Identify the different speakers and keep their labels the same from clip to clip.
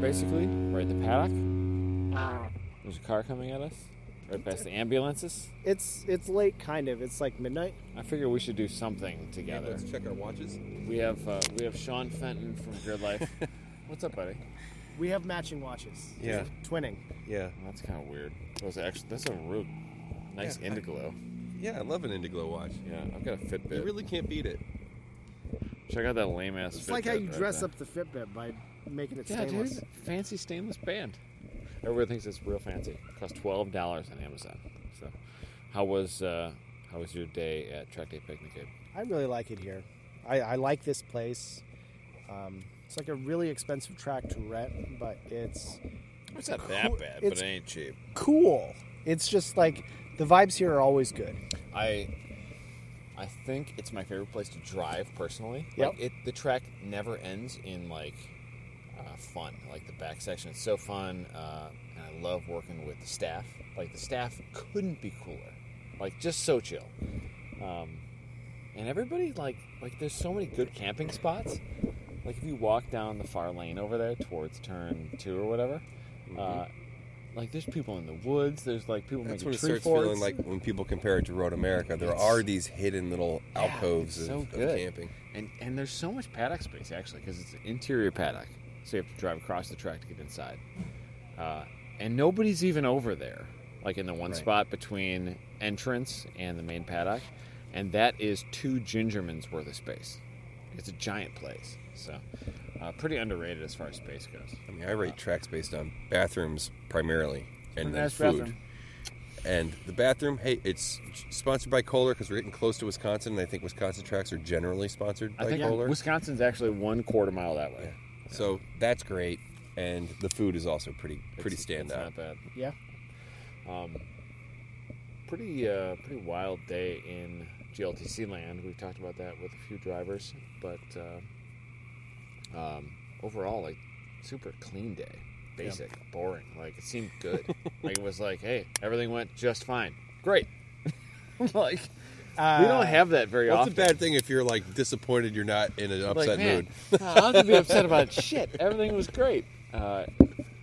Speaker 1: basically. We're in the paddock. There's a car coming at us. Right past the ambulances.
Speaker 2: It's it's late, kind of. It's like midnight.
Speaker 1: I figure we should do something
Speaker 3: Yeah,
Speaker 1: together.
Speaker 3: let's check our watches.
Speaker 1: We have uh, we have Sean Fenton from Grid Life. What's up, buddy?
Speaker 2: We have matching watches.
Speaker 3: Yeah.
Speaker 2: Twinning.
Speaker 3: Yeah.
Speaker 1: That's kind of weird. Those actually that's a real nice
Speaker 3: Yeah, I-
Speaker 1: indiglo.
Speaker 3: Yeah, I love an Indiglo watch.
Speaker 1: Yeah, Oh I've got a Fitbit.
Speaker 3: You really can't beat it.
Speaker 1: Check out that lame ass.
Speaker 2: It's like how you dress up the Fitbit by making it
Speaker 1: Yeah,
Speaker 2: stainless.
Speaker 1: dude, fancy stainless band. Everyone thinks it's real fancy. It costs twelve dollars on Amazon. So, how was uh, how was your day at Track Day Picnic? Abe?
Speaker 2: I really like it here. I, I like this place. Um, it's like a really expensive track to rent, but it's
Speaker 1: It's not
Speaker 2: cool-
Speaker 1: that bad, but
Speaker 2: it's-
Speaker 1: it ain't cheap.
Speaker 2: cool. It's just like the vibes here are always good.
Speaker 1: I I think it's my favorite place to drive personally.
Speaker 2: Yep.
Speaker 1: Like it the track never ends in like uh, fun. Like the back section, it's so fun, uh, and I love working with the staff. Like the staff couldn't be cooler. Like just so chill. Um, and everybody like like there's so many good camping spots. Like if you walk down the far lane over there towards turn two or whatever. Uh, like there's people in the woods. There's like people
Speaker 3: That's
Speaker 1: making
Speaker 3: when it
Speaker 1: tree
Speaker 3: starts
Speaker 1: forts.
Speaker 3: feeling like when people compare it to Road America, there are these hidden little
Speaker 1: Yeah,
Speaker 3: alcoves
Speaker 1: it's
Speaker 3: of,
Speaker 1: so
Speaker 3: of
Speaker 1: good.
Speaker 3: camping.
Speaker 1: And and there's so much paddock space actually because it's an interior paddock, so you have to drive across the track to get inside. Uh, and nobody's even over there, like in the one
Speaker 3: Right.
Speaker 1: spot between entrance and the main paddock, and that is two gingerman's worth of space. It's a giant place, so uh, pretty underrated as far as space goes.
Speaker 3: I mean, I rate tracks based on bathrooms primarily, and then
Speaker 1: nice
Speaker 3: food.
Speaker 1: bathroom.
Speaker 3: And the bathroom, hey, it's sponsored by Kohler because we're getting close to Wisconsin, and I think Wisconsin tracks are generally sponsored
Speaker 1: I
Speaker 3: by
Speaker 1: think
Speaker 3: Kohler.
Speaker 1: Wisconsin's actually one quarter mile that way.
Speaker 3: So that's great, and the food is also pretty pretty
Speaker 1: It's- it's
Speaker 3: standout.
Speaker 1: not bad.
Speaker 2: Yeah.
Speaker 1: pretty uh, pretty wild day in GLTC land. We've talked about that with a few drivers, but uh, um, overall, like super clean day, basic, boring. Like it seemed good. like it was like, hey, everything went just fine. Great. like we don't have that very
Speaker 3: That's
Speaker 1: often.
Speaker 3: a bad thing if you're like disappointed you're not in an
Speaker 1: Like,
Speaker 3: upset
Speaker 1: man,
Speaker 3: mood.
Speaker 1: I don't have to be upset about shit. Everything was great. Uh,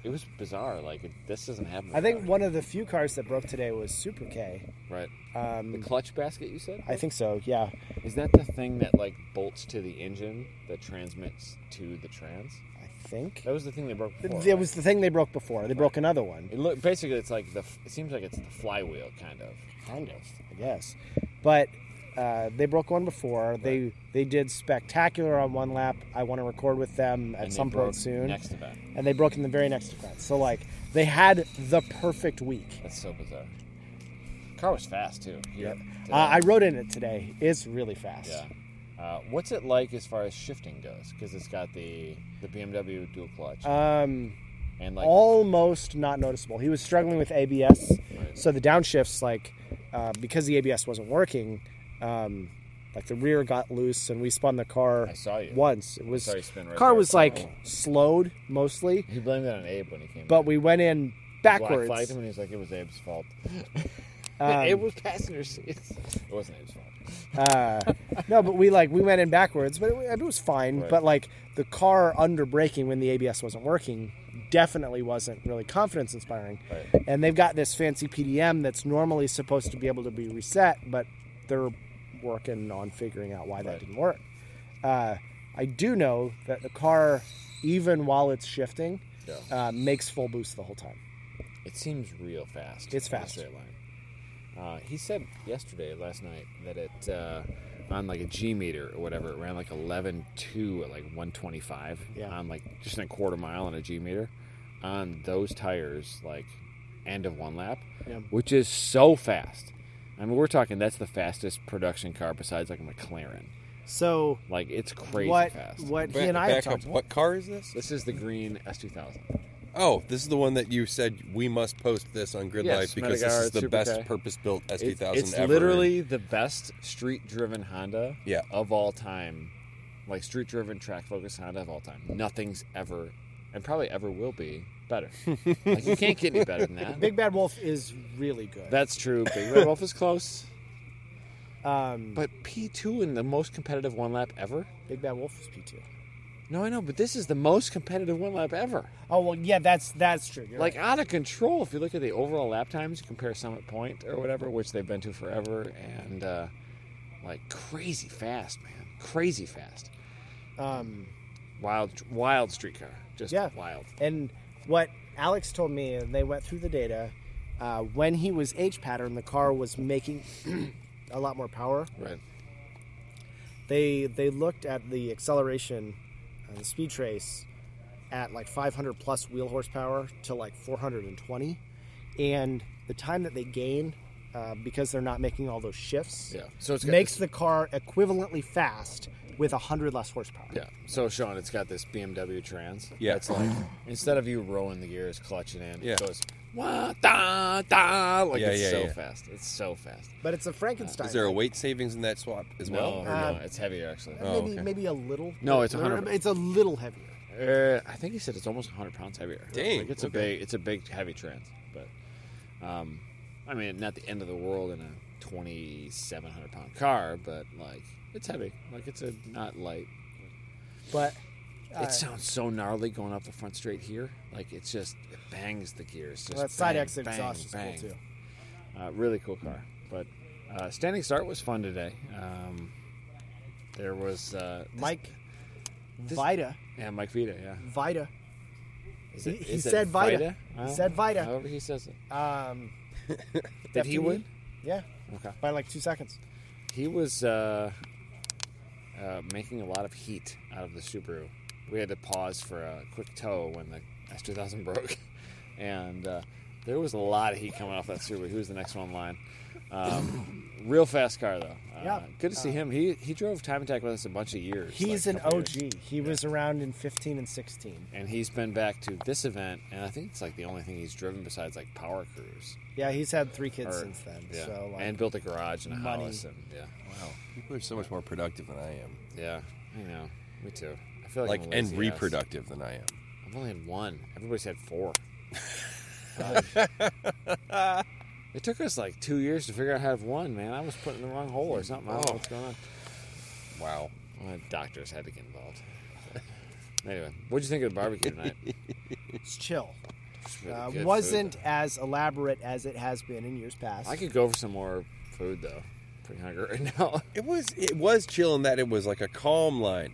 Speaker 1: it was bizarre. Like it, this doesn't happen.
Speaker 2: I think
Speaker 1: very
Speaker 2: one of the few cars that broke today was Super K.
Speaker 1: often. right. The
Speaker 2: Um,
Speaker 1: clutch basket you said?
Speaker 2: I think so. Yeah.
Speaker 1: Is that the thing that like bolts to the engine that transmits to the trans?
Speaker 2: I think
Speaker 1: That was the thing they broke before.
Speaker 2: it
Speaker 1: right?
Speaker 2: was the thing they broke before. They broke another one.
Speaker 1: It look, basically, it's like the. f- It seems like it's the flywheel, kind of.
Speaker 2: kind of, I guess. But uh, they broke one before. They they did spectacular on one lap. I want to record with them at
Speaker 1: And they
Speaker 2: some
Speaker 1: broke
Speaker 2: point soon.
Speaker 1: Next event.
Speaker 2: And they broke in the very next event. So like they had the perfect week.
Speaker 1: That's so bizarre. Car was fast too. here
Speaker 2: Uh,
Speaker 1: today.
Speaker 2: I rode in it today. It's really fast.
Speaker 1: Yeah. Uh, what's it like as far as shifting goes? Because it's got the the BMW dual clutch
Speaker 2: Um,
Speaker 1: and like
Speaker 2: almost not noticeable. He was struggling with ABS,
Speaker 1: Right.
Speaker 2: so the downshifts, like uh, because the ABS wasn't working, um, like the rear got loose, and we spun the car
Speaker 1: I saw you.
Speaker 2: once. It was
Speaker 1: saw you spin right
Speaker 2: car
Speaker 1: there.
Speaker 2: was like slowed mostly,
Speaker 1: he blamed that on Abe when he came.
Speaker 2: but
Speaker 1: in.
Speaker 2: we went in
Speaker 1: black
Speaker 2: backwards.
Speaker 1: flagged him and he's like, it was Abe's fault.
Speaker 2: Um,
Speaker 1: it was passenger seats. It wasn't Abe's fault.
Speaker 2: Uh, no, but we like we went in backwards, but it, it was fine.
Speaker 1: Right.
Speaker 2: But like the car under braking when the ABS wasn't working definitely wasn't really confidence inspiring.
Speaker 1: Right.
Speaker 2: And they've got this fancy PDM that's normally supposed to be able to be reset, but they're working on figuring out why
Speaker 1: Right.
Speaker 2: that didn't work. Uh, I do know that the car, even while it's shifting,
Speaker 3: Yeah.
Speaker 2: uh, makes full boost the whole time.
Speaker 1: It seems real fast.
Speaker 2: It's
Speaker 1: in a
Speaker 2: fast.
Speaker 1: Straight line. Uh, he said yesterday, last night, that it uh, on like a G meter or whatever, it ran like eleven two at like one twenty five
Speaker 2: Yeah.
Speaker 1: on like just in a quarter mile on a G meter on those tires, like end of one lap,
Speaker 2: Yeah.
Speaker 1: which is so fast. I mean, we're talking that's the fastest production car besides like a McLaren.
Speaker 2: So
Speaker 1: Like it's crazy
Speaker 2: what
Speaker 1: fast.
Speaker 2: what he
Speaker 3: Back-
Speaker 2: and I have
Speaker 3: back
Speaker 2: talked
Speaker 3: up. What car is this?
Speaker 1: This is the green S two thousand.
Speaker 3: Oh, this is the one that you said we must post this on Grid
Speaker 1: Yes,
Speaker 3: Life because this
Speaker 1: Medegar,
Speaker 3: is the
Speaker 1: Super
Speaker 3: best
Speaker 1: K.
Speaker 3: purpose-built
Speaker 1: It-
Speaker 3: S2000
Speaker 1: it's
Speaker 3: ever.
Speaker 1: literally the best street-driven Honda
Speaker 3: Yeah.
Speaker 1: of all time. Like street-driven track-focused Honda of all time. Nothing's ever, and probably ever will be better. like you can't get any better than that.
Speaker 2: Big Bad Wolf is really good.
Speaker 1: That's true. Big Red Wolf is close,
Speaker 2: um,
Speaker 1: but P two in the most competitive one lap ever.
Speaker 2: Big Bad Wolf was P two.
Speaker 1: No, I know, but this is the most competitive one lap ever.
Speaker 2: Oh well, yeah, that's that's true. You're
Speaker 1: Like
Speaker 2: right.
Speaker 1: out of control. If you look at the overall lap times, you compare Summit Point or whatever, which they've been to forever, and uh, like crazy fast, man, crazy fast.
Speaker 2: um,
Speaker 1: Wild, wild streetcar, just
Speaker 2: Yeah.
Speaker 1: wild.
Speaker 2: and what Alex told me, and they went through the data. Uh, when he was age pattern, the car was making a lot more power.
Speaker 1: Right.
Speaker 2: They they looked at the acceleration, and the speed trace, at like 500 plus wheel horsepower to like 420, and the time that they gain uh, because they're not making all those shifts.
Speaker 1: Yeah. So it's got
Speaker 2: makes the car equivalently fast with 100 less horsepower.
Speaker 1: Yeah. So Sean, it's got this BMW Trans.
Speaker 3: Yeah.
Speaker 1: It's like instead of you rolling the gears, clutching in,
Speaker 3: Yeah.
Speaker 1: it goes wah da da. Like
Speaker 3: Yeah,
Speaker 1: it's
Speaker 3: yeah,
Speaker 1: so
Speaker 3: yeah.
Speaker 1: fast. It's so fast.
Speaker 2: But it's a Frankenstein.
Speaker 3: Is there a weight savings in that swap as well?
Speaker 1: no,
Speaker 3: or
Speaker 2: Um,
Speaker 1: no, it's heavier actually.
Speaker 2: Uh,
Speaker 3: Oh,
Speaker 2: maybe
Speaker 3: okay.
Speaker 2: maybe a little.
Speaker 1: No, it's 100.
Speaker 2: It's a little heavier.
Speaker 1: Uh, I think he said it's almost 100 pounds heavier.
Speaker 3: Dang,
Speaker 1: Like, it's a
Speaker 3: okay.
Speaker 1: big, it's a big heavy trans, but um, I mean, not the end of the world in a 2,700 pound car, but like it's heavy. Like it's a not light.
Speaker 2: But
Speaker 1: it sounds so gnarly going up the front straight here. Like it's just it bangs the gears. Just
Speaker 2: well, that side
Speaker 1: bang,
Speaker 2: exit
Speaker 1: bang,
Speaker 2: exhaust is
Speaker 1: bang.
Speaker 2: cool too.
Speaker 1: Uh, really cool car. But uh, standing start was fun today. Um, there was uh, this-
Speaker 2: Mike Vita
Speaker 1: yeah, Mike Vita. Yeah,
Speaker 2: Vita.
Speaker 1: Is
Speaker 2: He-
Speaker 1: it-
Speaker 2: he
Speaker 1: is it Oh.
Speaker 2: said Vita. He
Speaker 1: I don't
Speaker 2: said
Speaker 1: know.
Speaker 2: Vita.
Speaker 1: However he says it.
Speaker 2: Um,
Speaker 1: Did he
Speaker 2: FTD?
Speaker 1: win?
Speaker 2: Yeah,
Speaker 1: Okay.
Speaker 2: by like two seconds.
Speaker 1: He was uh, uh, making a lot of heat out of the Subaru. We had to pause for a quick tow when the S2000 broke, and uh, there was a lot of heat coming off that Subaru. He was the next one in line. Um, real fast car though. Uh,
Speaker 2: Yeah.
Speaker 1: Good to see him. He he drove Time Attack with us a bunch of years.
Speaker 2: He's
Speaker 1: like,
Speaker 2: an
Speaker 1: couple
Speaker 2: OG.
Speaker 1: years.
Speaker 2: He was around in 15 and 16.
Speaker 1: and he's been back to this event, and I think it's like the only thing he's driven besides like Power Cruise.
Speaker 2: Yeah, he's had three kids
Speaker 1: Or-
Speaker 2: since then.
Speaker 1: yeah.
Speaker 2: So like,
Speaker 1: and built a garage and a
Speaker 2: money.
Speaker 1: house, and yeah.
Speaker 3: Wow, people are so much more productive than I am.
Speaker 1: Yeah, I know. Me too. I feel like,
Speaker 3: Like
Speaker 1: I'm a
Speaker 3: and
Speaker 1: lazy ass.
Speaker 3: reproductive than I am.
Speaker 1: I've only had one. Everybody's had four. it took us like two years to figure out how to have one, man. I was put in the wrong hole or something. I don't know what's going on.
Speaker 3: Wow.
Speaker 1: Well, doctors had to get involved. Anyway, what'd you think of the barbecue tonight?
Speaker 2: it's chill.
Speaker 1: It's really
Speaker 2: Uh,
Speaker 1: good food,
Speaker 2: wasn't
Speaker 1: though.
Speaker 2: as elaborate as it has been in years past.
Speaker 1: I could go for some more food though. Pretty hungry right now.
Speaker 3: It was it was chill in that it was like a calm line.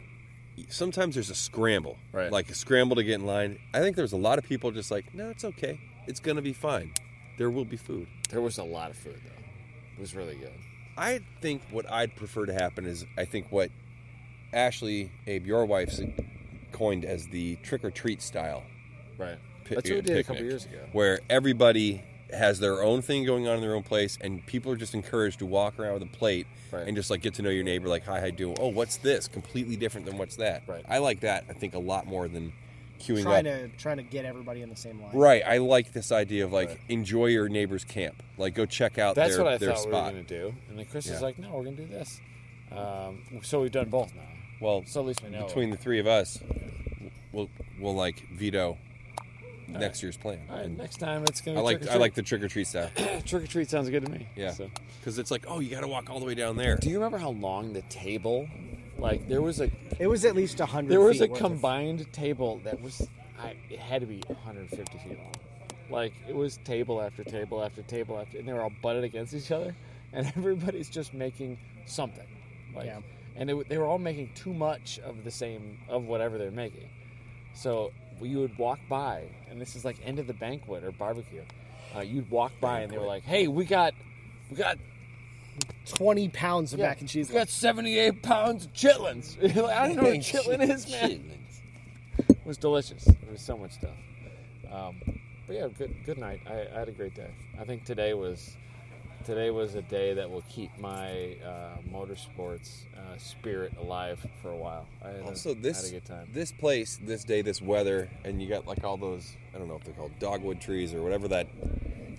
Speaker 3: Sometimes there's a scramble,
Speaker 1: Right.
Speaker 3: Like a scramble to get in line. I think there's a lot of people just like, no, it's okay. It's gonna be fine. There will be food.
Speaker 1: there was a lot of food though. It was really good.
Speaker 3: I think what I'd prefer to happen is I think what Ashley Abe, your wife's coined as the trick or treat style.
Speaker 1: Right.
Speaker 3: pi-
Speaker 1: That's what we did a couple
Speaker 3: picnic,
Speaker 1: years ago.
Speaker 3: where everybody has their own thing going on in their own place, and people are just encouraged to walk around with a plate
Speaker 1: Right.
Speaker 3: and just like get to know your neighbor. Like, hi, how you doing? Oh, what's this? Completely different than what's that?
Speaker 1: Right.
Speaker 3: I like that. I think a lot more than queuing
Speaker 2: trying
Speaker 3: up.
Speaker 2: to trying to get everybody in the same line.
Speaker 3: Right. I like this idea of like
Speaker 1: Right.
Speaker 3: enjoy your neighbor's camp. Like, go check out
Speaker 1: That's
Speaker 3: their,
Speaker 1: what I
Speaker 3: their
Speaker 1: thought we were
Speaker 3: spot.
Speaker 1: going to do. And then Chris
Speaker 3: Yeah.
Speaker 1: is like, no, we're going to do this. Um, so we've done both now.
Speaker 3: Well,
Speaker 1: So at least we know.
Speaker 3: between the three of us, we'll we'll like veto next year's plan.
Speaker 1: All right,
Speaker 3: And
Speaker 1: next time it's going
Speaker 3: I
Speaker 1: to be
Speaker 3: like
Speaker 1: trick or
Speaker 3: I like the trick or treat style.
Speaker 1: treat. trick or treat sounds good to me.
Speaker 3: Yeah,
Speaker 1: So.
Speaker 3: because it's like, oh, you got to walk all the way down there.
Speaker 1: Do you remember how long the table, like there was a
Speaker 2: It was at least 100.
Speaker 1: there was
Speaker 2: feet
Speaker 1: a
Speaker 2: worth of-
Speaker 1: combined table that was, I, it had to be 150 feet long. Like it was table after table after table after, and they were all butted against each other, and everybody's just making something. Like,
Speaker 2: Yeah.
Speaker 1: And it, they were all making too much of the same of whatever they're making. So you would walk by, and this is like end of the banquet or barbecue. Uh, you'd walk by, and they were like, "Hey, we got, we got
Speaker 2: 20 pounds of
Speaker 1: yeah,
Speaker 2: mac and cheese.
Speaker 1: We got 78 pounds of chitlins. I don't know what chitlin is, man. It was delicious. There was so much stuff. Um, but yeah, good good night. I, I had a great day. I think today was today was a day that will keep my uh, motorsports uh, spirit alive for a while. I had a-
Speaker 3: Also,
Speaker 1: I
Speaker 3: this
Speaker 1: had a good time.
Speaker 3: this place, this day, this weather, and you got like all those I don't know if they're called dogwood trees or whatever that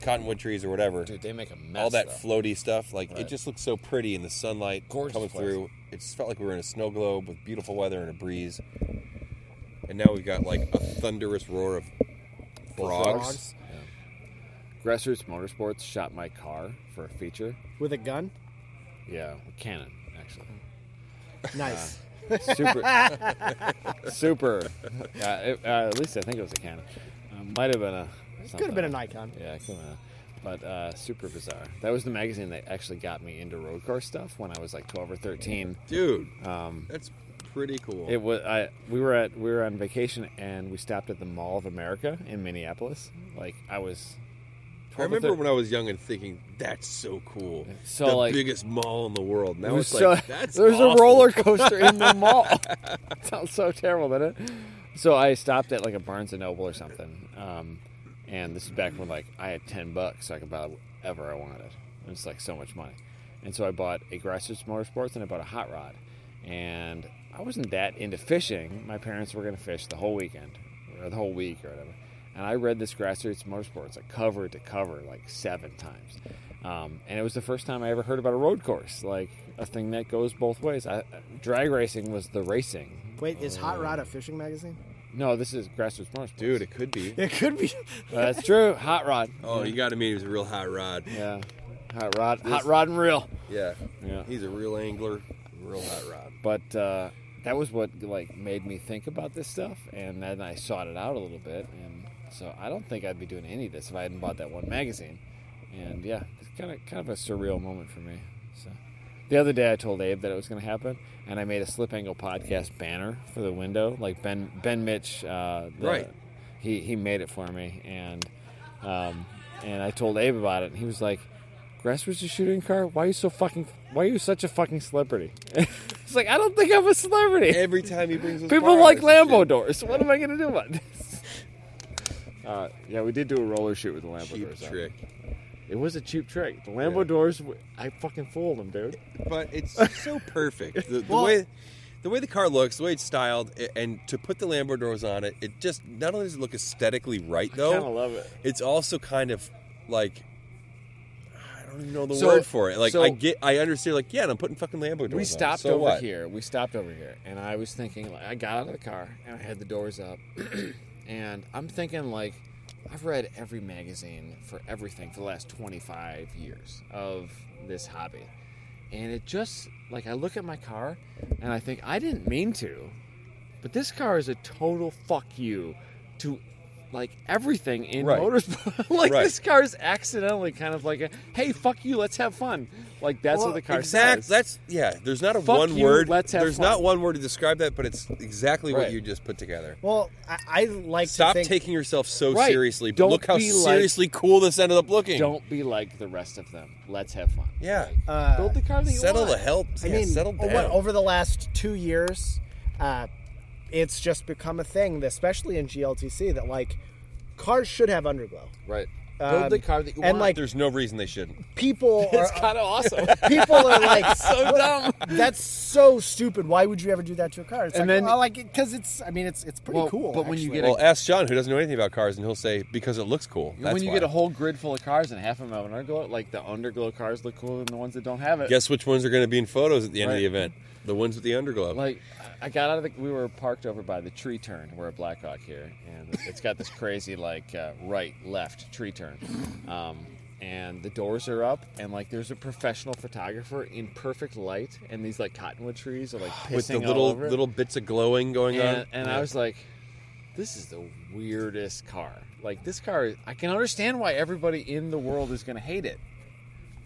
Speaker 3: cottonwood trees or whatever.
Speaker 1: Dude, they make a mess.
Speaker 3: all that
Speaker 1: though.
Speaker 3: floaty stuff, like it
Speaker 1: Right.
Speaker 3: just looks so pretty in the sunlight
Speaker 1: Gorgeous
Speaker 3: coming
Speaker 1: place.
Speaker 3: through. It just felt like we were in a snow globe with beautiful weather and a breeze. And now we've got like a thunderous roar of
Speaker 2: Frogs
Speaker 3: frogs.
Speaker 1: Grassroots Motorsports shot my car for a feature.
Speaker 2: with a gun.
Speaker 1: Yeah, with Canon actually.
Speaker 2: Nice.
Speaker 1: Uh, Super. Super. Uh, it- uh, at least I think it was a Canon. Uh, might have been a.
Speaker 2: could have been
Speaker 1: something.
Speaker 2: a Nikon.
Speaker 1: Yeah, it could have been a. But uh, super bizarre. That was the magazine that actually got me into road car stuff when I was like 12 or 13.
Speaker 3: dude. that's pretty cool.
Speaker 1: It was I. We were at we were on vacation and we stopped at the Mall of America in Minneapolis. Like I was.
Speaker 3: I remember when I was young and thinking that's so cool.
Speaker 1: So,
Speaker 3: the
Speaker 1: like-
Speaker 3: biggest mall in the world. Now
Speaker 1: was
Speaker 3: it's like
Speaker 1: so-
Speaker 3: that's
Speaker 1: there's a
Speaker 3: awful."
Speaker 1: roller coaster in the mall. Sounds so terrible, doesn't it? So I stopped at like a Barnes and Noble or something, um, and this is back when like I had ten bucks, so I could buy whatever I wanted. And it's like so much money, and so I bought a Grasshopper Motorsports and I bought a hot rod, and I wasn't that into fishing. My parents were going to fish the whole weekend or the whole week or whatever. And I read this Grassroots Motorsports like cover to cover like seven times. Um, and it was the first time I ever heard about a road course, like a thing that goes both ways. I, drag racing was the racing.
Speaker 2: Wait, is Hot Rod a fishing magazine?
Speaker 1: No, this is Grassroots Motorsports.
Speaker 3: dude. It could be.
Speaker 2: It could be.
Speaker 1: Well, that's true. Hot Rod.
Speaker 3: Oh, you got to mean he's a real hot rod.
Speaker 1: Yeah. Hot Rod. Hot Rod and Reel.
Speaker 3: Yeah.
Speaker 1: Yeah.
Speaker 3: He's a real angler, real hot rod.
Speaker 1: but uh, that was what like made me think about this stuff and then i sought it out a little bit and so i don't think i'd be doing any of this if i hadn't bought that one magazine and yeah it's kind of kind of a surreal moment for me so the other day i told abe that it was going to happen and i made a slip angle podcast banner for the window like ben ben mitch uh, the-
Speaker 3: Right.
Speaker 1: he, he made it for me and um, and i told abe about it and he was like Grassroots is shooting car. Why are you so fucking? Why are you such a fucking celebrity? it's like I don't think I'm a celebrity.
Speaker 3: Every time he brings us
Speaker 1: People
Speaker 3: bar,
Speaker 1: like
Speaker 3: it's the
Speaker 1: Lambo
Speaker 3: shit.
Speaker 1: doors. What am I gonna do about this? Uh, yeah, we did do a roller shoot with the Lambo
Speaker 3: Cheap
Speaker 1: doors. on.
Speaker 3: trick.
Speaker 1: It was a cheap trick. The Lambo
Speaker 3: Yeah.
Speaker 1: doors. w- I fucking fooled them, dude.
Speaker 3: But it's so perfect. The, the
Speaker 2: Well-
Speaker 3: way. The way the car looks, the way it's styled, a- and to put the Lambo doors on it, it just not only does it look aesthetically right though,
Speaker 1: Kind of love it.
Speaker 3: it's also kind of like I don't even know the
Speaker 1: So-
Speaker 3: word for it. Like
Speaker 1: so-
Speaker 3: I get, I understand. Like yeah, and I'm putting fucking Lambo doors.
Speaker 1: We
Speaker 3: on.
Speaker 1: stopped
Speaker 3: So
Speaker 1: over
Speaker 3: what?
Speaker 1: here. We stopped over here, and I was thinking, like, I got out of the car and I had the doors up, and I'm thinking, like, I've read every magazine for everything for the last 25 years of this hobby, and it just like I look at my car, and I think I didn't mean to, but this car is a total fuck you to. Like everything in
Speaker 3: Right.
Speaker 1: motorsport, like
Speaker 3: Right.
Speaker 1: this car is accidentally kind of like a hey fuck you, let's have fun. Like that's what
Speaker 2: Well,
Speaker 1: the car
Speaker 3: Exactly.
Speaker 1: says.
Speaker 3: That's yeah. There's not a
Speaker 1: Fuck
Speaker 3: one
Speaker 1: you,
Speaker 3: word.
Speaker 1: let's have
Speaker 3: there's
Speaker 1: fun.
Speaker 3: not one word to describe that, but it's exactly
Speaker 1: Right.
Speaker 3: what you just put together.
Speaker 2: well, I, I like to
Speaker 3: Stop
Speaker 2: think,
Speaker 3: taking yourself so
Speaker 1: Right.
Speaker 3: seriously.
Speaker 1: Don't
Speaker 3: Look how
Speaker 1: be like-
Speaker 3: seriously cool this ended up looking.
Speaker 1: Don't be like the rest of them. Let's have fun.
Speaker 3: Yeah.
Speaker 2: Uh,
Speaker 1: Build the car that you
Speaker 3: settle
Speaker 1: want.
Speaker 3: the help.
Speaker 2: I
Speaker 3: yeah,
Speaker 2: mean,
Speaker 3: settle
Speaker 2: o-
Speaker 3: down.
Speaker 2: what, over the last two years, uh, it's just become a thing, especially in GLTC, that like cars should have underglow.
Speaker 1: Right.
Speaker 2: Um,
Speaker 1: Build the car that you
Speaker 2: and,
Speaker 1: want.
Speaker 2: like-
Speaker 3: there's no reason they shouldn't.
Speaker 2: People are uh,
Speaker 1: it's kind of awesome.
Speaker 2: people are like
Speaker 1: so dumb.
Speaker 2: That's so stupid. Why would you ever do that to a car? It's
Speaker 1: And
Speaker 2: like,
Speaker 1: then-
Speaker 2: well, like because it's. I mean, it's it's pretty
Speaker 1: Well,
Speaker 2: cool.
Speaker 1: but when you
Speaker 2: actually.
Speaker 1: get a-
Speaker 3: Well, ask John, who doesn't know anything about cars, and he'll say because it looks cool. That's
Speaker 1: when you
Speaker 3: why.
Speaker 1: get a whole grid full of cars and half of them have an underglow, like the underglow cars look cooler than the ones that don't have it.
Speaker 3: guess which ones are going to be in photos at the end of the
Speaker 1: Right.
Speaker 3: event? The ones with the underglow.
Speaker 1: Like, I got out of the. We were parked over by the tree turn. We're at Blackhawk here, and it's got this crazy like uh, right left tree turn, um, and the doors are up, and like there's a professional photographer in perfect light, and these like cottonwood trees are like pissing
Speaker 3: with the
Speaker 1: all
Speaker 3: little
Speaker 1: over it.
Speaker 3: little bits of glowing going on.
Speaker 1: and, and
Speaker 3: Yeah.
Speaker 1: I was like, this is the weirdest car. Like this car, I can understand why everybody in the world is going to hate it,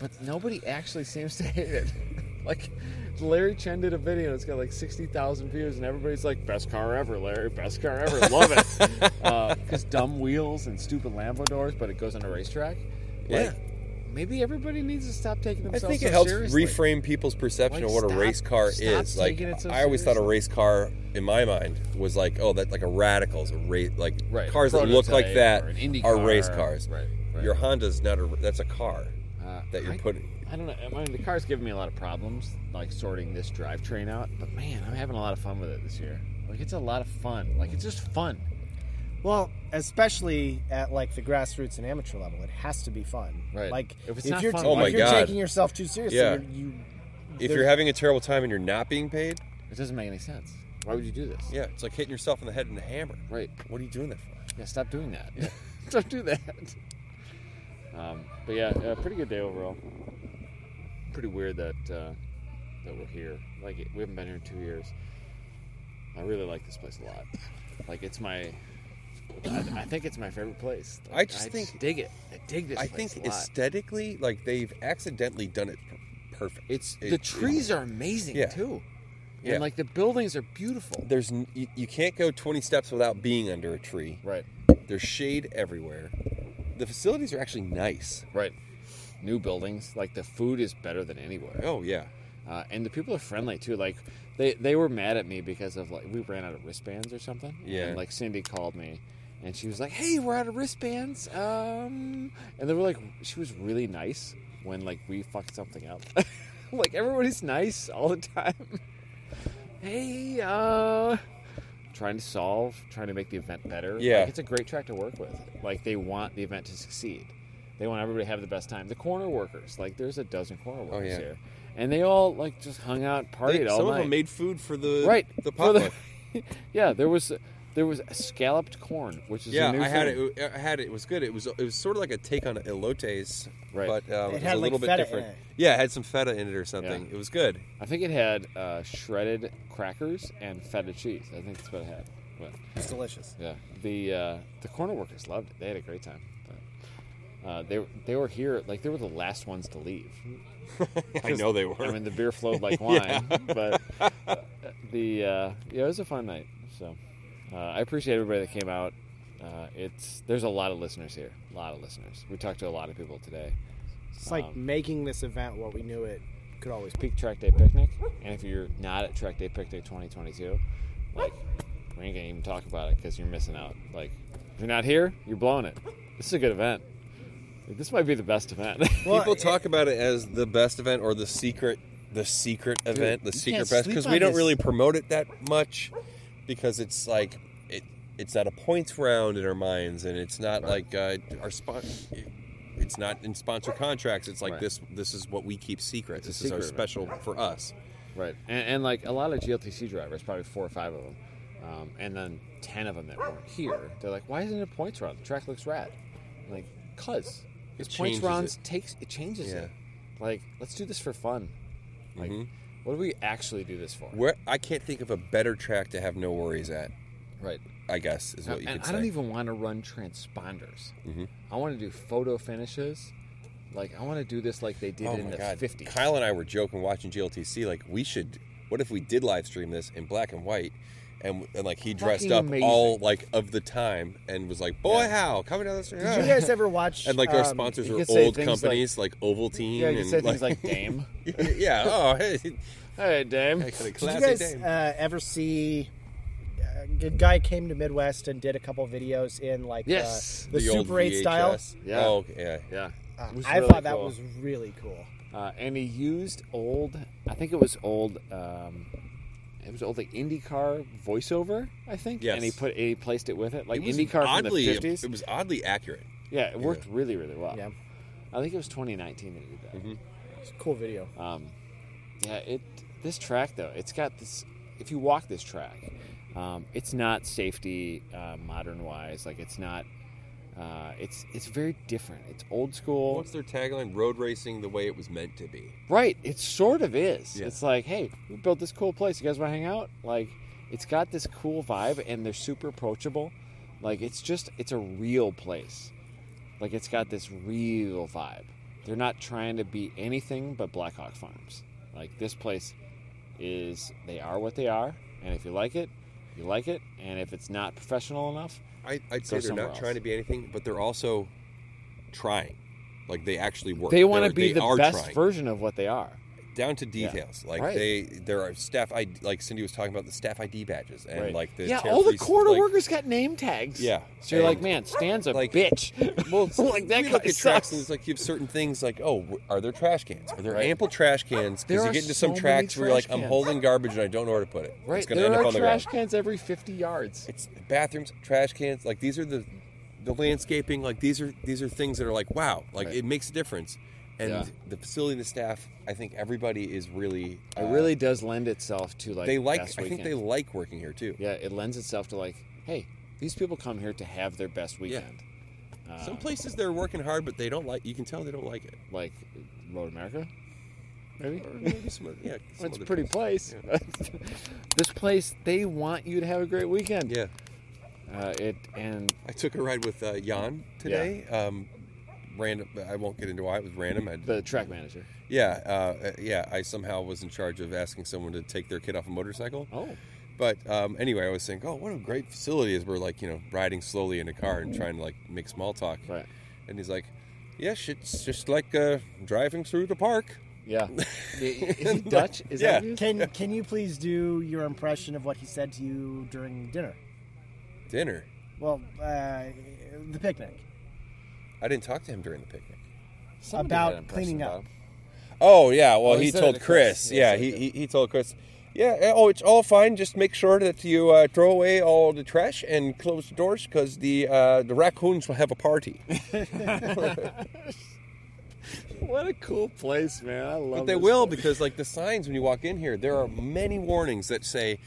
Speaker 1: but nobody actually seems to hate it. like Larry Chen did a video, and it's got like sixty thousand views, and everybody's like, best car ever, Larry, best car ever, love it, because dumb wheels and stupid Lambo doors, but it goes on a racetrack.
Speaker 3: Yeah.
Speaker 1: Like, Maybe everybody needs to stop taking
Speaker 3: I
Speaker 1: themselves.
Speaker 3: think
Speaker 1: so
Speaker 3: it helps
Speaker 1: seriously.
Speaker 3: reframe people's perception
Speaker 1: Like,
Speaker 3: of what
Speaker 1: stop-
Speaker 3: a race car
Speaker 1: stop
Speaker 3: is. Like
Speaker 1: taking it so
Speaker 3: I always thought a
Speaker 1: seriously.
Speaker 3: race car in my mind was like, oh, that like a radical's a race like
Speaker 1: Right,
Speaker 3: cars that look like
Speaker 1: prototype
Speaker 3: that
Speaker 1: or an Indy
Speaker 3: are
Speaker 1: car.
Speaker 3: race cars.
Speaker 1: Right, right.
Speaker 3: Your Honda's not a that's a car
Speaker 1: Uh,
Speaker 3: that you're
Speaker 1: I-
Speaker 3: putting.
Speaker 1: I don't know. I mean, the car's giving me a lot of problems, like sorting this drivetrain out. But man, I'm having a lot of fun with it this year. Like it's a lot of fun. Like it's just fun.
Speaker 2: well, especially at like the grassroots and amateur level, it has to be fun.
Speaker 1: Right.
Speaker 2: Like
Speaker 1: If
Speaker 2: if,
Speaker 1: it's not
Speaker 2: you're,
Speaker 1: fun,
Speaker 2: if
Speaker 1: Oh my
Speaker 2: you're
Speaker 3: God.
Speaker 2: taking yourself too seriously,
Speaker 3: Yeah.
Speaker 2: you're, you.
Speaker 3: If
Speaker 2: there's-
Speaker 3: you're having a terrible time and you're not being paid,
Speaker 1: It doesn't make any sense. Why would you do this?
Speaker 3: yeah, it's like hitting yourself in the head with a hammer.
Speaker 1: Right.
Speaker 3: What are you doing that for?
Speaker 1: Yeah. Stop doing that. Don't do that. Um, but yeah, uh, pretty good day overall. Pretty weird that uh, that we're here. Like we haven't been here in two years. I really like this place a lot. Like it's my, I, I think it's my favorite place. Like,
Speaker 3: I just think-
Speaker 1: dig it. I dig this.
Speaker 3: I
Speaker 1: place
Speaker 3: think
Speaker 1: a lot.
Speaker 3: aesthetically, like they've accidentally done it per- perfect.
Speaker 1: It's
Speaker 3: It-
Speaker 1: the
Speaker 3: it-
Speaker 1: trees are amazing
Speaker 3: Yeah.
Speaker 1: too,
Speaker 3: Yeah.
Speaker 1: and like the buildings are beautiful.
Speaker 3: There's n- you, you can't go 20 steps without being under a tree.
Speaker 1: Right,
Speaker 3: There's shade everywhere. The facilities are actually nice.
Speaker 1: right. New buildings. Like the food is better than anywhere,
Speaker 3: Oh yeah,
Speaker 1: uh, and the people are friendly too. Like they they were mad at me because of like we ran out of wristbands or something.
Speaker 3: Yeah.
Speaker 1: And like Cindy called me. And she was like, "Hey, we're out of wristbands." Um, and they were like, she was really nice when like we fucked something up. like everybody's nice all the time. hey, uh, trying to solve, trying to make the event better.
Speaker 3: Yeah.
Speaker 1: like, it's a great track to work with. Like they want the event to succeed. They want everybody to have the best time. The corner workers, like there's a dozen corner workers
Speaker 3: Oh, yeah.
Speaker 1: here, and they all like just hung out, partied
Speaker 3: They-
Speaker 1: all
Speaker 3: some
Speaker 1: night.
Speaker 3: of them made food for the
Speaker 1: right for
Speaker 3: the potluck.
Speaker 1: yeah, there was there was scalloped corn, which is
Speaker 3: Yeah,
Speaker 1: a new
Speaker 3: I had
Speaker 1: thing.
Speaker 3: it. I had it. It was good. It was it was sort of like a take on elotes,
Speaker 1: Right.
Speaker 3: But um,
Speaker 2: It
Speaker 3: it was
Speaker 2: had,
Speaker 3: a
Speaker 2: like,
Speaker 3: little
Speaker 2: feta
Speaker 3: bit
Speaker 2: in
Speaker 3: different.
Speaker 2: it.
Speaker 3: Yeah, it had some feta in it or something.
Speaker 1: Yeah.
Speaker 3: It was good.
Speaker 1: I think it had uh, shredded crackers and feta cheese. I think that's what it had. But
Speaker 2: It's delicious.
Speaker 1: yeah, the uh, the corner workers loved it. They had a great time. But, uh, they they were here like they were the last ones to leave.
Speaker 3: I know they were.
Speaker 1: I mean, the beer flowed like wine, but uh, the uh, yeah, it was a fun night. So uh, I appreciate everybody that came out. Uh, it's there's a lot of listeners here, a lot of listeners. We talked to a lot of people today.
Speaker 2: It's like
Speaker 1: Um,
Speaker 2: making this event what we knew it could always be.
Speaker 1: Peak Track Day Picnic, and if you're not at Track Day Picnic 2022, like we ain't gonna even talk about it because you're missing out. Like if you're not here, you're blowing it. This is a good event. Like, this might be the best event.
Speaker 2: Well,
Speaker 3: People
Speaker 2: it-
Speaker 3: talk about it as the best event or the secret, the secret event, the
Speaker 2: you
Speaker 3: secret
Speaker 2: can't
Speaker 3: best
Speaker 2: sleep
Speaker 3: because
Speaker 2: on
Speaker 3: we don't
Speaker 2: this.
Speaker 3: really promote it that much because it's like it, it's not a points round in our minds and it's not like uh, our spon- it's not in sponsor contracts. It's like
Speaker 1: Right.
Speaker 3: this this is what we keep secret.
Speaker 1: a
Speaker 3: This is our
Speaker 1: secret event.
Speaker 3: special for us.
Speaker 1: Right, and, and like a lot of GLTC drivers, probably four or five of them, um, and then ten of them that weren't here. They're like, "Why isn't it a points round? The track looks rad." I'm like, cause
Speaker 3: It
Speaker 1: because points
Speaker 3: changes
Speaker 1: rounds takes it changes
Speaker 3: Yeah.
Speaker 1: it. Like, let's do this for fun. Like,
Speaker 3: Mm-hmm.
Speaker 1: what do we actually do this for?
Speaker 3: Where I can't think of a better track to have no worries at.
Speaker 1: right.
Speaker 3: I guess is what you
Speaker 1: Uh, and
Speaker 3: could
Speaker 1: I don't
Speaker 3: say. Mm-hmm.
Speaker 1: even want to run transponders. I want to do photo finishes. Like, I want to do this like they did
Speaker 3: oh
Speaker 1: in
Speaker 3: my
Speaker 1: the
Speaker 3: god!
Speaker 1: 50s.
Speaker 3: Kyle and I were joking watching GLTC. Like we should. What if we did live stream this in black and white, and, and like he dressed
Speaker 1: Fucking
Speaker 3: up
Speaker 1: amazing.
Speaker 3: all like of the time and was like, "Boy, how coming down the street?"
Speaker 2: Did you
Speaker 3: ah."
Speaker 2: guys ever watch?
Speaker 3: and like our
Speaker 2: um,
Speaker 3: sponsors
Speaker 1: you
Speaker 3: were
Speaker 1: could say
Speaker 3: old
Speaker 1: things like-
Speaker 3: companies like, Ovaltine.
Speaker 1: yeah, you
Speaker 3: and
Speaker 1: say things like Dame.
Speaker 3: yeah. Oh, hey,
Speaker 1: hey, Dame.
Speaker 3: kind of
Speaker 2: Did you
Speaker 3: classic
Speaker 2: guys
Speaker 3: Dame.
Speaker 2: uh, ever see? uh, A guy came to Midwest and did a couple videos in like
Speaker 1: Yes.
Speaker 2: uh, the,
Speaker 3: The old
Speaker 2: Super 8 style.
Speaker 3: VHS.
Speaker 1: Yeah.
Speaker 3: Oh, okay, yeah.
Speaker 1: Yeah.
Speaker 2: Uh,
Speaker 1: It was
Speaker 2: I
Speaker 1: really
Speaker 2: thought that
Speaker 1: cool.
Speaker 2: was really cool.
Speaker 1: uh, and he used old i think it was old um, it was old like indycar voiceover i think
Speaker 3: Yes.
Speaker 1: and he put he placed it with it like
Speaker 3: It was
Speaker 1: indycar
Speaker 3: oddly,
Speaker 1: from the 50s
Speaker 3: It was oddly accurate.
Speaker 1: yeah it worked really really well
Speaker 2: Yeah.
Speaker 1: i think it was 2019 that he did that
Speaker 3: Mm-hmm.
Speaker 2: It's a cool video.
Speaker 1: um, yeah, it this track though, it's got this. If you walk this track, um, it's not safety uh, modern wise. Like it's not. Uh, it's it's very different. It's old school,
Speaker 3: What's their tagline? Road racing the way it was meant to be.
Speaker 1: right? It sort of is.
Speaker 3: Yeah.
Speaker 1: It's like, hey, we built this cool place. You guys want to hang out? Like, it's got this cool vibe, and they're super approachable. Like, it's just it's a real place. Like, it's got this real vibe. They're not trying to be anything but Blackhawk Farms. Like, this place is they are what they are, and if you like it, you like it, and if it's not professional enough,
Speaker 3: I, I'd say
Speaker 1: Go
Speaker 3: they're
Speaker 1: somewhere
Speaker 3: not
Speaker 1: else.
Speaker 3: trying to be anything, but they're also trying. Like they actually work.
Speaker 1: they want to
Speaker 3: They're-
Speaker 1: be
Speaker 3: they
Speaker 1: the
Speaker 3: are
Speaker 1: best
Speaker 3: trying.
Speaker 1: version of what they are.
Speaker 3: down to details. Like
Speaker 1: Right.
Speaker 3: they, there are staff. I like Cindy was talking about the staff ID badges and
Speaker 1: Right.
Speaker 3: like the
Speaker 1: yeah,
Speaker 3: tear
Speaker 1: all the
Speaker 3: free-
Speaker 1: corner
Speaker 3: like,
Speaker 1: workers got name tags.
Speaker 3: Yeah.
Speaker 1: so you're like,
Speaker 3: And-
Speaker 1: man, Stan's a
Speaker 3: like-
Speaker 1: bitch.
Speaker 3: Well,
Speaker 1: Like, that
Speaker 3: we
Speaker 1: guy
Speaker 3: look at tracks
Speaker 1: sucks.
Speaker 3: and it's like you have certain things like oh, w- are there trash cans? Are there
Speaker 1: Right.
Speaker 3: ample trash cans?
Speaker 1: There are
Speaker 3: Because you get into some
Speaker 1: so many
Speaker 3: tracks where you're like
Speaker 1: trash
Speaker 3: I'm
Speaker 1: cans.
Speaker 3: holding garbage and I don't know where to put it.
Speaker 1: Right,
Speaker 3: It's going to
Speaker 1: there
Speaker 3: end
Speaker 1: are
Speaker 3: up on the ground.
Speaker 1: trash cans every 50 yards.
Speaker 3: it's bathrooms, trash cans. Like these are the the landscaping. Like these are these are things that are like wow. Like
Speaker 1: Right.
Speaker 3: it makes a difference. And
Speaker 1: Yeah.
Speaker 3: the facility and the staff, I think everybody is really.
Speaker 1: It
Speaker 3: uh,
Speaker 1: really does lend itself to like
Speaker 3: they like.
Speaker 1: Best
Speaker 3: I think they
Speaker 1: weekend.
Speaker 3: like working here too.
Speaker 1: yeah, it lends itself to like, hey, these people come here to have their best weekend.
Speaker 3: Some places they're working hard, but they don't like. You can tell they don't like it.
Speaker 1: Like Road America, Maybe.
Speaker 3: Or maybe some other, yeah, some
Speaker 1: it's a
Speaker 3: other
Speaker 1: pretty
Speaker 3: place.
Speaker 1: place. this place, they want you to have a great weekend.
Speaker 3: Yeah.
Speaker 1: Uh, it and
Speaker 3: I took a ride with uh, Jan today. Um, random. I won't get into why it was random. I,
Speaker 1: the track manager.
Speaker 3: yeah, uh, yeah. I somehow was in charge of asking someone to take their kid off a motorcycle.
Speaker 1: Oh,
Speaker 3: But um, anyway, I was saying, oh, what a great facility is. We're like, you know, riding slowly in a car and trying to like make small talk.
Speaker 1: right.
Speaker 3: And he's like, yes, it's just like uh, driving through the park.
Speaker 1: Yeah. Is he Dutch? Is that
Speaker 3: Yeah.
Speaker 1: you?
Speaker 2: Can Can you please do your impression of what he said to you during dinner?
Speaker 3: Dinner.
Speaker 2: Well, uh, the picnic
Speaker 3: I didn't talk to him during the picnic.
Speaker 1: Somebody
Speaker 2: About
Speaker 1: had an impression
Speaker 2: cleaning
Speaker 1: about
Speaker 2: up.
Speaker 1: him.
Speaker 3: Oh yeah, well
Speaker 1: Oh, he
Speaker 3: he,
Speaker 1: said it
Speaker 3: told
Speaker 1: to
Speaker 3: Chris.
Speaker 1: Chris. Yeah,
Speaker 3: Yeah,
Speaker 1: he
Speaker 3: he,
Speaker 1: said
Speaker 3: he, he told Chris. Yeah, eh, oh, it's all fine. Just make sure that you uh, throw away all the trash and close the doors because the uh, the raccoons will have a party.
Speaker 1: What a cool place, man! I love.
Speaker 3: But they
Speaker 1: this
Speaker 3: will
Speaker 1: place.
Speaker 3: because like the signs when you walk in here, there are many warnings that say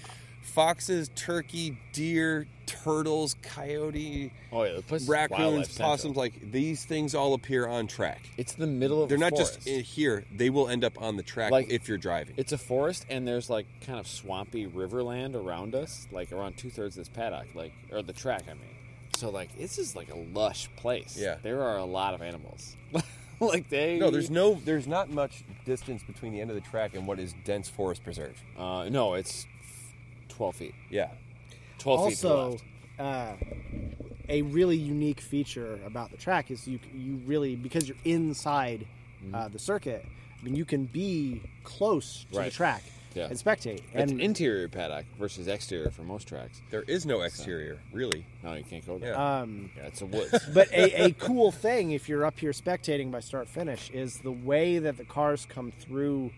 Speaker 3: foxes, turkey, deer, turtles, coyote,
Speaker 1: Oh yeah, the place is wildlife
Speaker 3: raccoons,
Speaker 1: central.
Speaker 3: possums. Like these things all appear on track.
Speaker 1: It's the middle of.
Speaker 3: They're
Speaker 1: a
Speaker 3: not
Speaker 1: forest.
Speaker 3: just in here; they will end up on the track
Speaker 1: Like-
Speaker 3: if you're driving.
Speaker 1: It's a forest, and there's like kind of swampy riverland around us, like around two thirds of this paddock, like or the track, I mean. So like this is like a lush place.
Speaker 3: Yeah.
Speaker 1: there are a lot of animals. like they
Speaker 3: No, there's no, there's not much distance between the end of the track and what is dense forest preserve.
Speaker 1: uh, no. It's twelve feet.
Speaker 3: Yeah,
Speaker 1: Twelve feet to the
Speaker 2: also
Speaker 1: left.
Speaker 2: uh, a really unique feature about the track is you you really because you're inside
Speaker 1: Mm-hmm.
Speaker 2: uh, the circuit I mean you can be close to the
Speaker 1: Right.
Speaker 2: track
Speaker 1: Yeah.
Speaker 2: and spectate
Speaker 1: It's
Speaker 2: and
Speaker 1: an interior paddock versus exterior for most tracks.
Speaker 3: there is no exterior really.
Speaker 1: No, you can't go there.
Speaker 3: Yeah.
Speaker 2: um,
Speaker 1: Yeah, it's a woods.
Speaker 2: but a, a cool thing if you're up here spectating by start finish is the way that the cars come through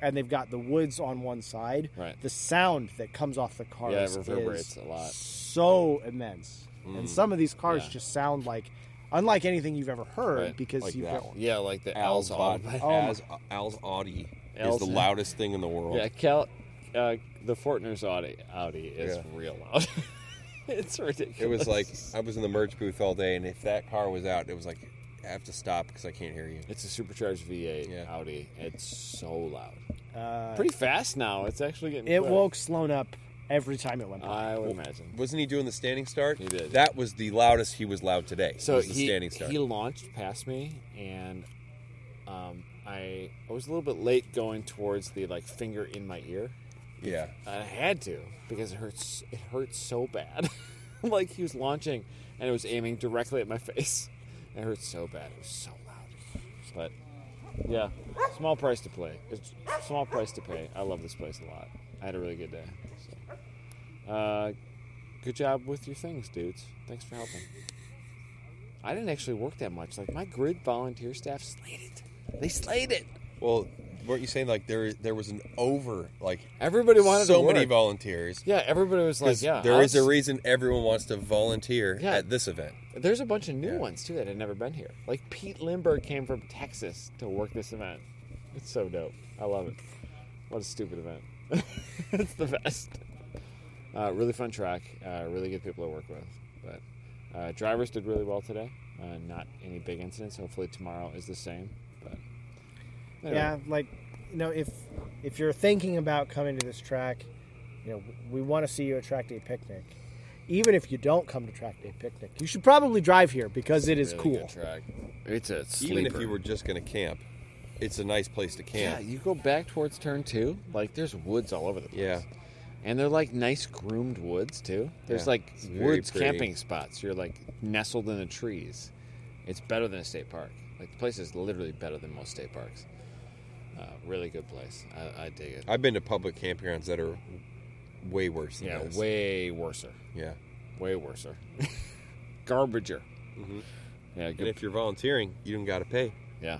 Speaker 2: and they've got the woods on one side
Speaker 1: Right.
Speaker 2: the sound that comes off the cars
Speaker 1: Yeah, it reverberates
Speaker 2: is
Speaker 1: a lot. Mm.
Speaker 2: so immense and some of these cars
Speaker 1: Yeah.
Speaker 2: just sound like unlike anything you've ever heard
Speaker 1: Right.
Speaker 2: because
Speaker 3: Like
Speaker 2: you've
Speaker 3: that
Speaker 2: got
Speaker 3: one.
Speaker 1: yeah, like the Al's all
Speaker 3: bod-
Speaker 1: by-
Speaker 2: Oh my-
Speaker 3: Al's, Al's Audi
Speaker 1: Al's-
Speaker 3: is the loudest thing in the world.
Speaker 1: Yeah, Cal, uh, the Fortner's Audi, Audi is
Speaker 3: Yeah.
Speaker 1: real loud. it's ridiculous.
Speaker 3: It was like I was in the merge booth all day, and if that car was out, it was like I have to stop because I can't hear you.
Speaker 1: It's a supercharged V8
Speaker 3: Yeah.
Speaker 1: Audi. It's so loud.
Speaker 2: uh,
Speaker 1: Pretty fast now. It's actually getting.
Speaker 2: it
Speaker 1: better.
Speaker 2: woke sloan up every time it went by
Speaker 1: I would imagine.
Speaker 3: Wasn't he doing the standing start?
Speaker 1: He did.
Speaker 3: That was the loudest he was loud today.
Speaker 1: So
Speaker 3: was the
Speaker 1: he
Speaker 3: standing start.
Speaker 1: he launched past me, and um, I I was a little bit late going towards the like finger in my ear.
Speaker 3: yeah.
Speaker 1: I had to because it hurts. It hurts so bad. like he was launching, and it was aiming directly at my face. It hurt so bad. It was so loud. But yeah, small price to play. It's small price to pay. I love this place a lot. I had a really good day. So. Uh, good job with your things, dudes. Thanks for helping. I didn't actually work that much. Like my grid volunteer staff slayed it. They slayed it.
Speaker 3: Well, weren't you saying like there there was an over like
Speaker 1: Everybody wanted
Speaker 3: so
Speaker 1: to
Speaker 3: many
Speaker 1: work.
Speaker 3: volunteers?
Speaker 1: yeah, everybody was like,
Speaker 3: Because
Speaker 1: "Yeah,
Speaker 3: there
Speaker 1: Alex-
Speaker 3: is a reason everyone wants to volunteer
Speaker 1: Yeah.
Speaker 3: at this event.
Speaker 1: There's a bunch of new
Speaker 3: Yeah.
Speaker 1: ones too that had never been here. Like Pete Lindbergh came from Texas to work this event. It's so dope. I love it. What a stupid event. it's the best. Uh, really fun track. Uh, really good people to work with. But uh, drivers did really well today. Uh, not any big incidents. Hopefully tomorrow is the same. But anyway.
Speaker 2: yeah like you know if if you're thinking about coming to this track you know we want to see you at track day picnic even if you don't come to track day picnic you should probably drive here because it is
Speaker 1: Really
Speaker 2: cool
Speaker 1: good track. It's a
Speaker 3: Even if
Speaker 1: sleeper.
Speaker 3: you were just going to camp, it's a nice place to
Speaker 1: Yeah,
Speaker 3: camp.
Speaker 1: you go back towards turn two. Like there's woods all over the place.
Speaker 3: Yeah.
Speaker 1: and they're like nice groomed woods too. There's
Speaker 3: Yeah,
Speaker 1: like
Speaker 3: it's very
Speaker 1: woods
Speaker 3: pretty.
Speaker 1: camping spots. You're like nestled in the trees. It's better than a state park. Like the place is literally better than most state parks. Uh, really good place. I, I dig it.
Speaker 3: I've been to public campgrounds that are way worse than
Speaker 1: yeah,
Speaker 3: this.
Speaker 1: way worser.
Speaker 3: yeah.
Speaker 1: Way worser. Garbager. Yeah,
Speaker 3: Mm-hmm. And
Speaker 1: good.
Speaker 3: if you're volunteering, you don't got to pay.
Speaker 1: yeah,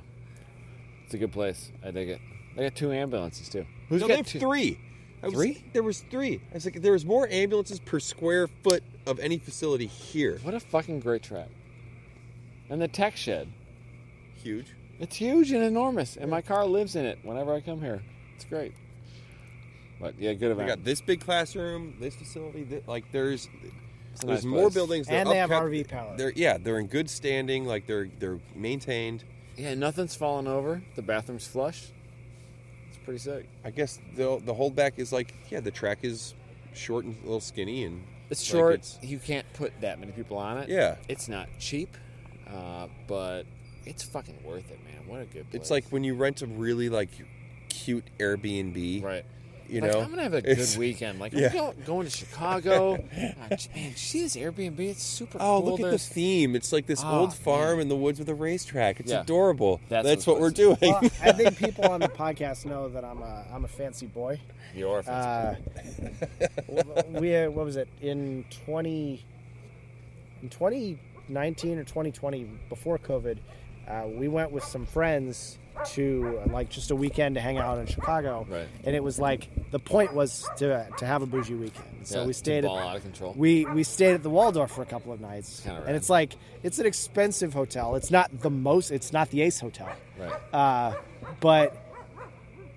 Speaker 1: it's a good place. I dig it. They got two ambulances too. Who's
Speaker 3: no, they
Speaker 1: got
Speaker 3: have
Speaker 1: two?
Speaker 3: three. I was-
Speaker 1: Three?
Speaker 3: There was three. I was like, there was more ambulances per square foot of any facility here.
Speaker 1: What a fucking great trap. And the tech shed.
Speaker 3: Huge.
Speaker 1: It's huge and enormous, and my car lives in it whenever I come here. It's great. But yeah, good
Speaker 3: We
Speaker 1: event.
Speaker 3: got this big classroom, this facility. That, like, there's
Speaker 1: It's a nice
Speaker 3: there's more
Speaker 1: place.
Speaker 3: buildings. They're
Speaker 2: And they have
Speaker 3: upkept.
Speaker 2: RV power.
Speaker 3: They're yeah, they're in good standing. Like they're they're maintained.
Speaker 1: Yeah, nothing's fallen over. The bathroom's flush. pretty sick.
Speaker 3: I guess the the holdback is like, yeah, the track is short and a little skinny, and
Speaker 1: It's
Speaker 3: like,
Speaker 1: short.
Speaker 3: it's-
Speaker 1: you can't put that many people on it.
Speaker 3: Yeah.
Speaker 1: It's not cheap, uh, but it's fucking worth it, man. What a good. Place.
Speaker 3: it's like when you rent a really like cute Airbnb,
Speaker 1: right.
Speaker 3: You
Speaker 1: Like,
Speaker 3: know,
Speaker 1: I'm gonna have a
Speaker 3: It's-
Speaker 1: good weekend. Like
Speaker 3: Yeah.
Speaker 1: I'm go- going to Chicago. Ah, j- man, did you see this Airbnb? It's super.
Speaker 3: Oh,
Speaker 1: cool.
Speaker 3: look at the
Speaker 1: There's-
Speaker 3: theme! It's like this
Speaker 1: Ah,
Speaker 3: old farm in the woods with a racetrack. It's
Speaker 1: Yeah.
Speaker 3: adorable. That's,
Speaker 1: That's
Speaker 3: what,
Speaker 1: what's
Speaker 3: we're doing.
Speaker 1: supposed
Speaker 2: Well, I think people on the podcast know that I'm a I'm a fancy boy.
Speaker 1: The orphans.
Speaker 2: Uh, w- we uh, what was it in twenty in twenty nineteen or twenty twenty before COVID? Uh, we went with some friends to uh, like just a weekend to hang out in Chicago,
Speaker 1: Right.
Speaker 2: and it was like the point was to to have a bougie weekend. So
Speaker 1: Yeah,
Speaker 2: we
Speaker 1: to
Speaker 2: stayed
Speaker 1: ball
Speaker 2: at,
Speaker 1: out of control.
Speaker 2: we we stayed at the Waldorf for a couple of nights,
Speaker 1: Kinda rad.
Speaker 2: and it's like it's an expensive hotel. It's not the most. It's not the Ace Hotel,
Speaker 1: right.
Speaker 2: uh, but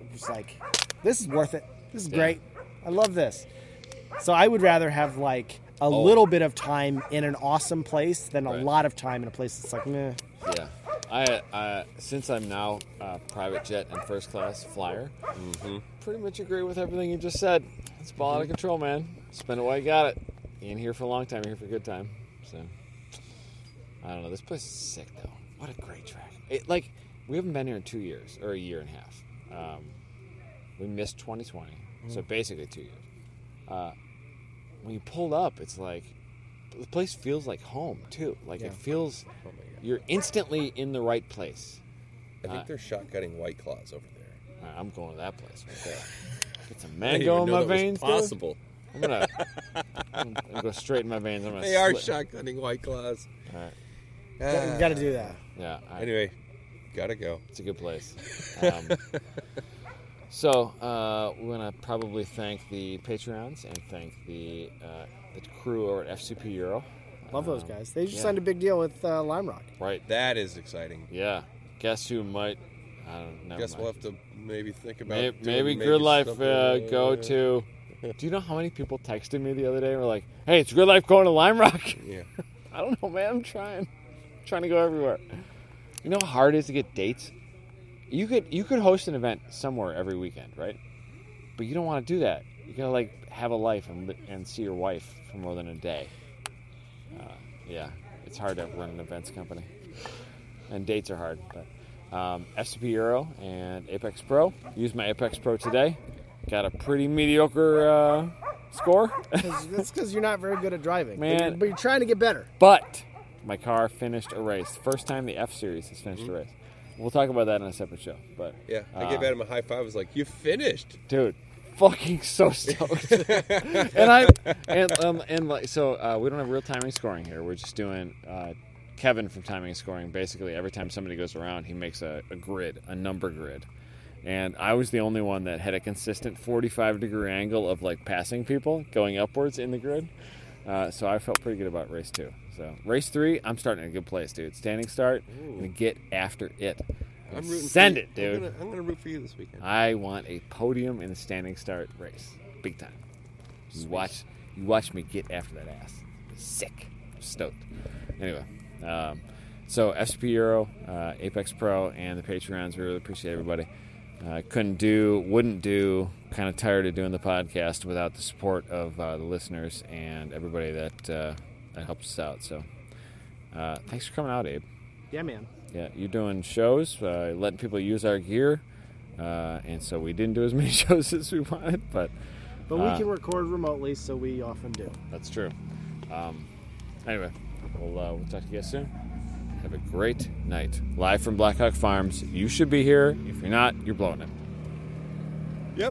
Speaker 2: it was like, this is worth it. This is
Speaker 1: Yeah.
Speaker 2: great. I love this. So I would rather have like a little bit of time in an awesome place than a
Speaker 1: Oh. Right.
Speaker 2: lot of time in a place that's like, meh.
Speaker 1: Yeah. I, I since I'm now a private jet and first class flyer, pretty much agree with everything you just said. It's a ball out of control, man. Spend it while you got it. You ain't here for a long time. You're here for a good time. So I don't know. This place is sick though. What a great track. It like we haven't been here in two years or a year and a half. Um, we missed 2020, so basically two years. Uh, when you pull up, it's like the place feels like home too. Like
Speaker 2: Yeah.
Speaker 1: it feels
Speaker 3: Oh my God.
Speaker 1: you're instantly in the right place. Ah.
Speaker 3: I think they're shotgunning White Claws over there.
Speaker 1: All right, I'm going to that place right there. Get some
Speaker 3: I didn't
Speaker 1: mango
Speaker 3: even
Speaker 1: in
Speaker 3: know
Speaker 1: my
Speaker 3: that was
Speaker 1: veins. dude.
Speaker 3: Possible.
Speaker 1: I'm gonna, I'm gonna go straight in my veins. I'm gonna.
Speaker 3: They are
Speaker 1: slit-
Speaker 3: shotgunning White Claws. Ah.
Speaker 1: All right.
Speaker 2: you got to do that.
Speaker 1: Yeah. I,
Speaker 3: Anyway, gotta go.
Speaker 1: It's a good place. Um, so uh, we want to probably thank the Patreons and thank the uh, the crew over at FCP Euro.
Speaker 2: Love those
Speaker 1: Um,
Speaker 2: guys. They just
Speaker 1: yeah.
Speaker 2: signed a big deal with uh, Lime Rock.
Speaker 1: Right.
Speaker 3: That is exciting.
Speaker 1: Yeah. Guess who might? I don't know.
Speaker 3: Guess we'll have to maybe think about
Speaker 1: May-
Speaker 3: doing
Speaker 1: maybe, Grid Life
Speaker 3: something.
Speaker 1: uh, go to. Do you know how many people texted me the other day? and Were like, "Hey, it's Grid Life going to Lime Rock."
Speaker 3: Yeah.
Speaker 1: I don't know, man. I'm trying, trying to go everywhere. You know how hard it is to get dates. You could you could host an event somewhere every weekend, right? But you don't want to do that. You gotta like have a life and li- and see your wife for more than a day. Uh, yeah, it's hard to run an events company, and dates are hard. But um, SCP Euro and Apex Pro. Use my Apex Pro today. Got a pretty mediocre uh, score.
Speaker 2: Cause, that's because you're not very good at driving. But
Speaker 1: Man.
Speaker 2: you're- but you're trying to get better.
Speaker 1: But my car finished a race. First time the F Series has finished a race. We'll talk about that in a separate show. But
Speaker 3: Yeah. I
Speaker 1: uh,
Speaker 3: gave Adam a high five. I was like, "You finished."
Speaker 1: dude, fucking so stoked. and I and um, and like so uh, we don't have real timing scoring here. We're just doing uh, Kevin from timing and scoring. Basically, every time somebody goes around, he makes a, a grid, a number grid. And I was the only one that had a consistent 45 degree angle of like passing people going upwards in the grid. Uh, so I felt pretty good about race two. So race three, I'm starting in a good place, dude. Standing start, I'm gonna get after it.
Speaker 3: I'm rooting.
Speaker 1: Send
Speaker 3: for you.
Speaker 1: it, dude.
Speaker 3: I'm gonna, I'm gonna root for you this weekend.
Speaker 1: I want a podium in the standing start race, big time. You watch, you watch me get after that ass. Sick, stoked. Anyway, um, so FCP Euro, uh, Apex Pro, and the Patreons. We really appreciate everybody. Uh, couldn't do, wouldn't do. Kind of tired of doing the podcast without the support of uh, the listeners and everybody that uh, that helps us out. So, uh, thanks for coming out, Abe.
Speaker 2: Yeah, man.
Speaker 1: Yeah, you're doing shows, uh, letting people use our gear, uh, and so we didn't do as many shows as we wanted, but
Speaker 2: But
Speaker 1: Uh,
Speaker 2: we can record remotely, so we often do.
Speaker 1: that's true. Um, anyway, we'll, uh, we'll talk to you guys soon. Have a great night. Live from Blackhawk Farms. You should be here. If you're not, you're blowing it.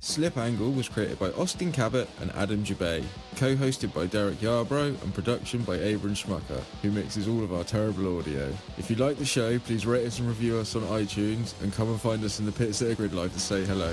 Speaker 4: Slip Angle was created by Austin Cabot and Adam Jabay, co-hosted by Derek Yarbrough and production by Abram Schmucker, who mixes all of our terrible audio. If you like the show, please rate us and review us on iTunes and come and find us in the pits at a grid life to say hello.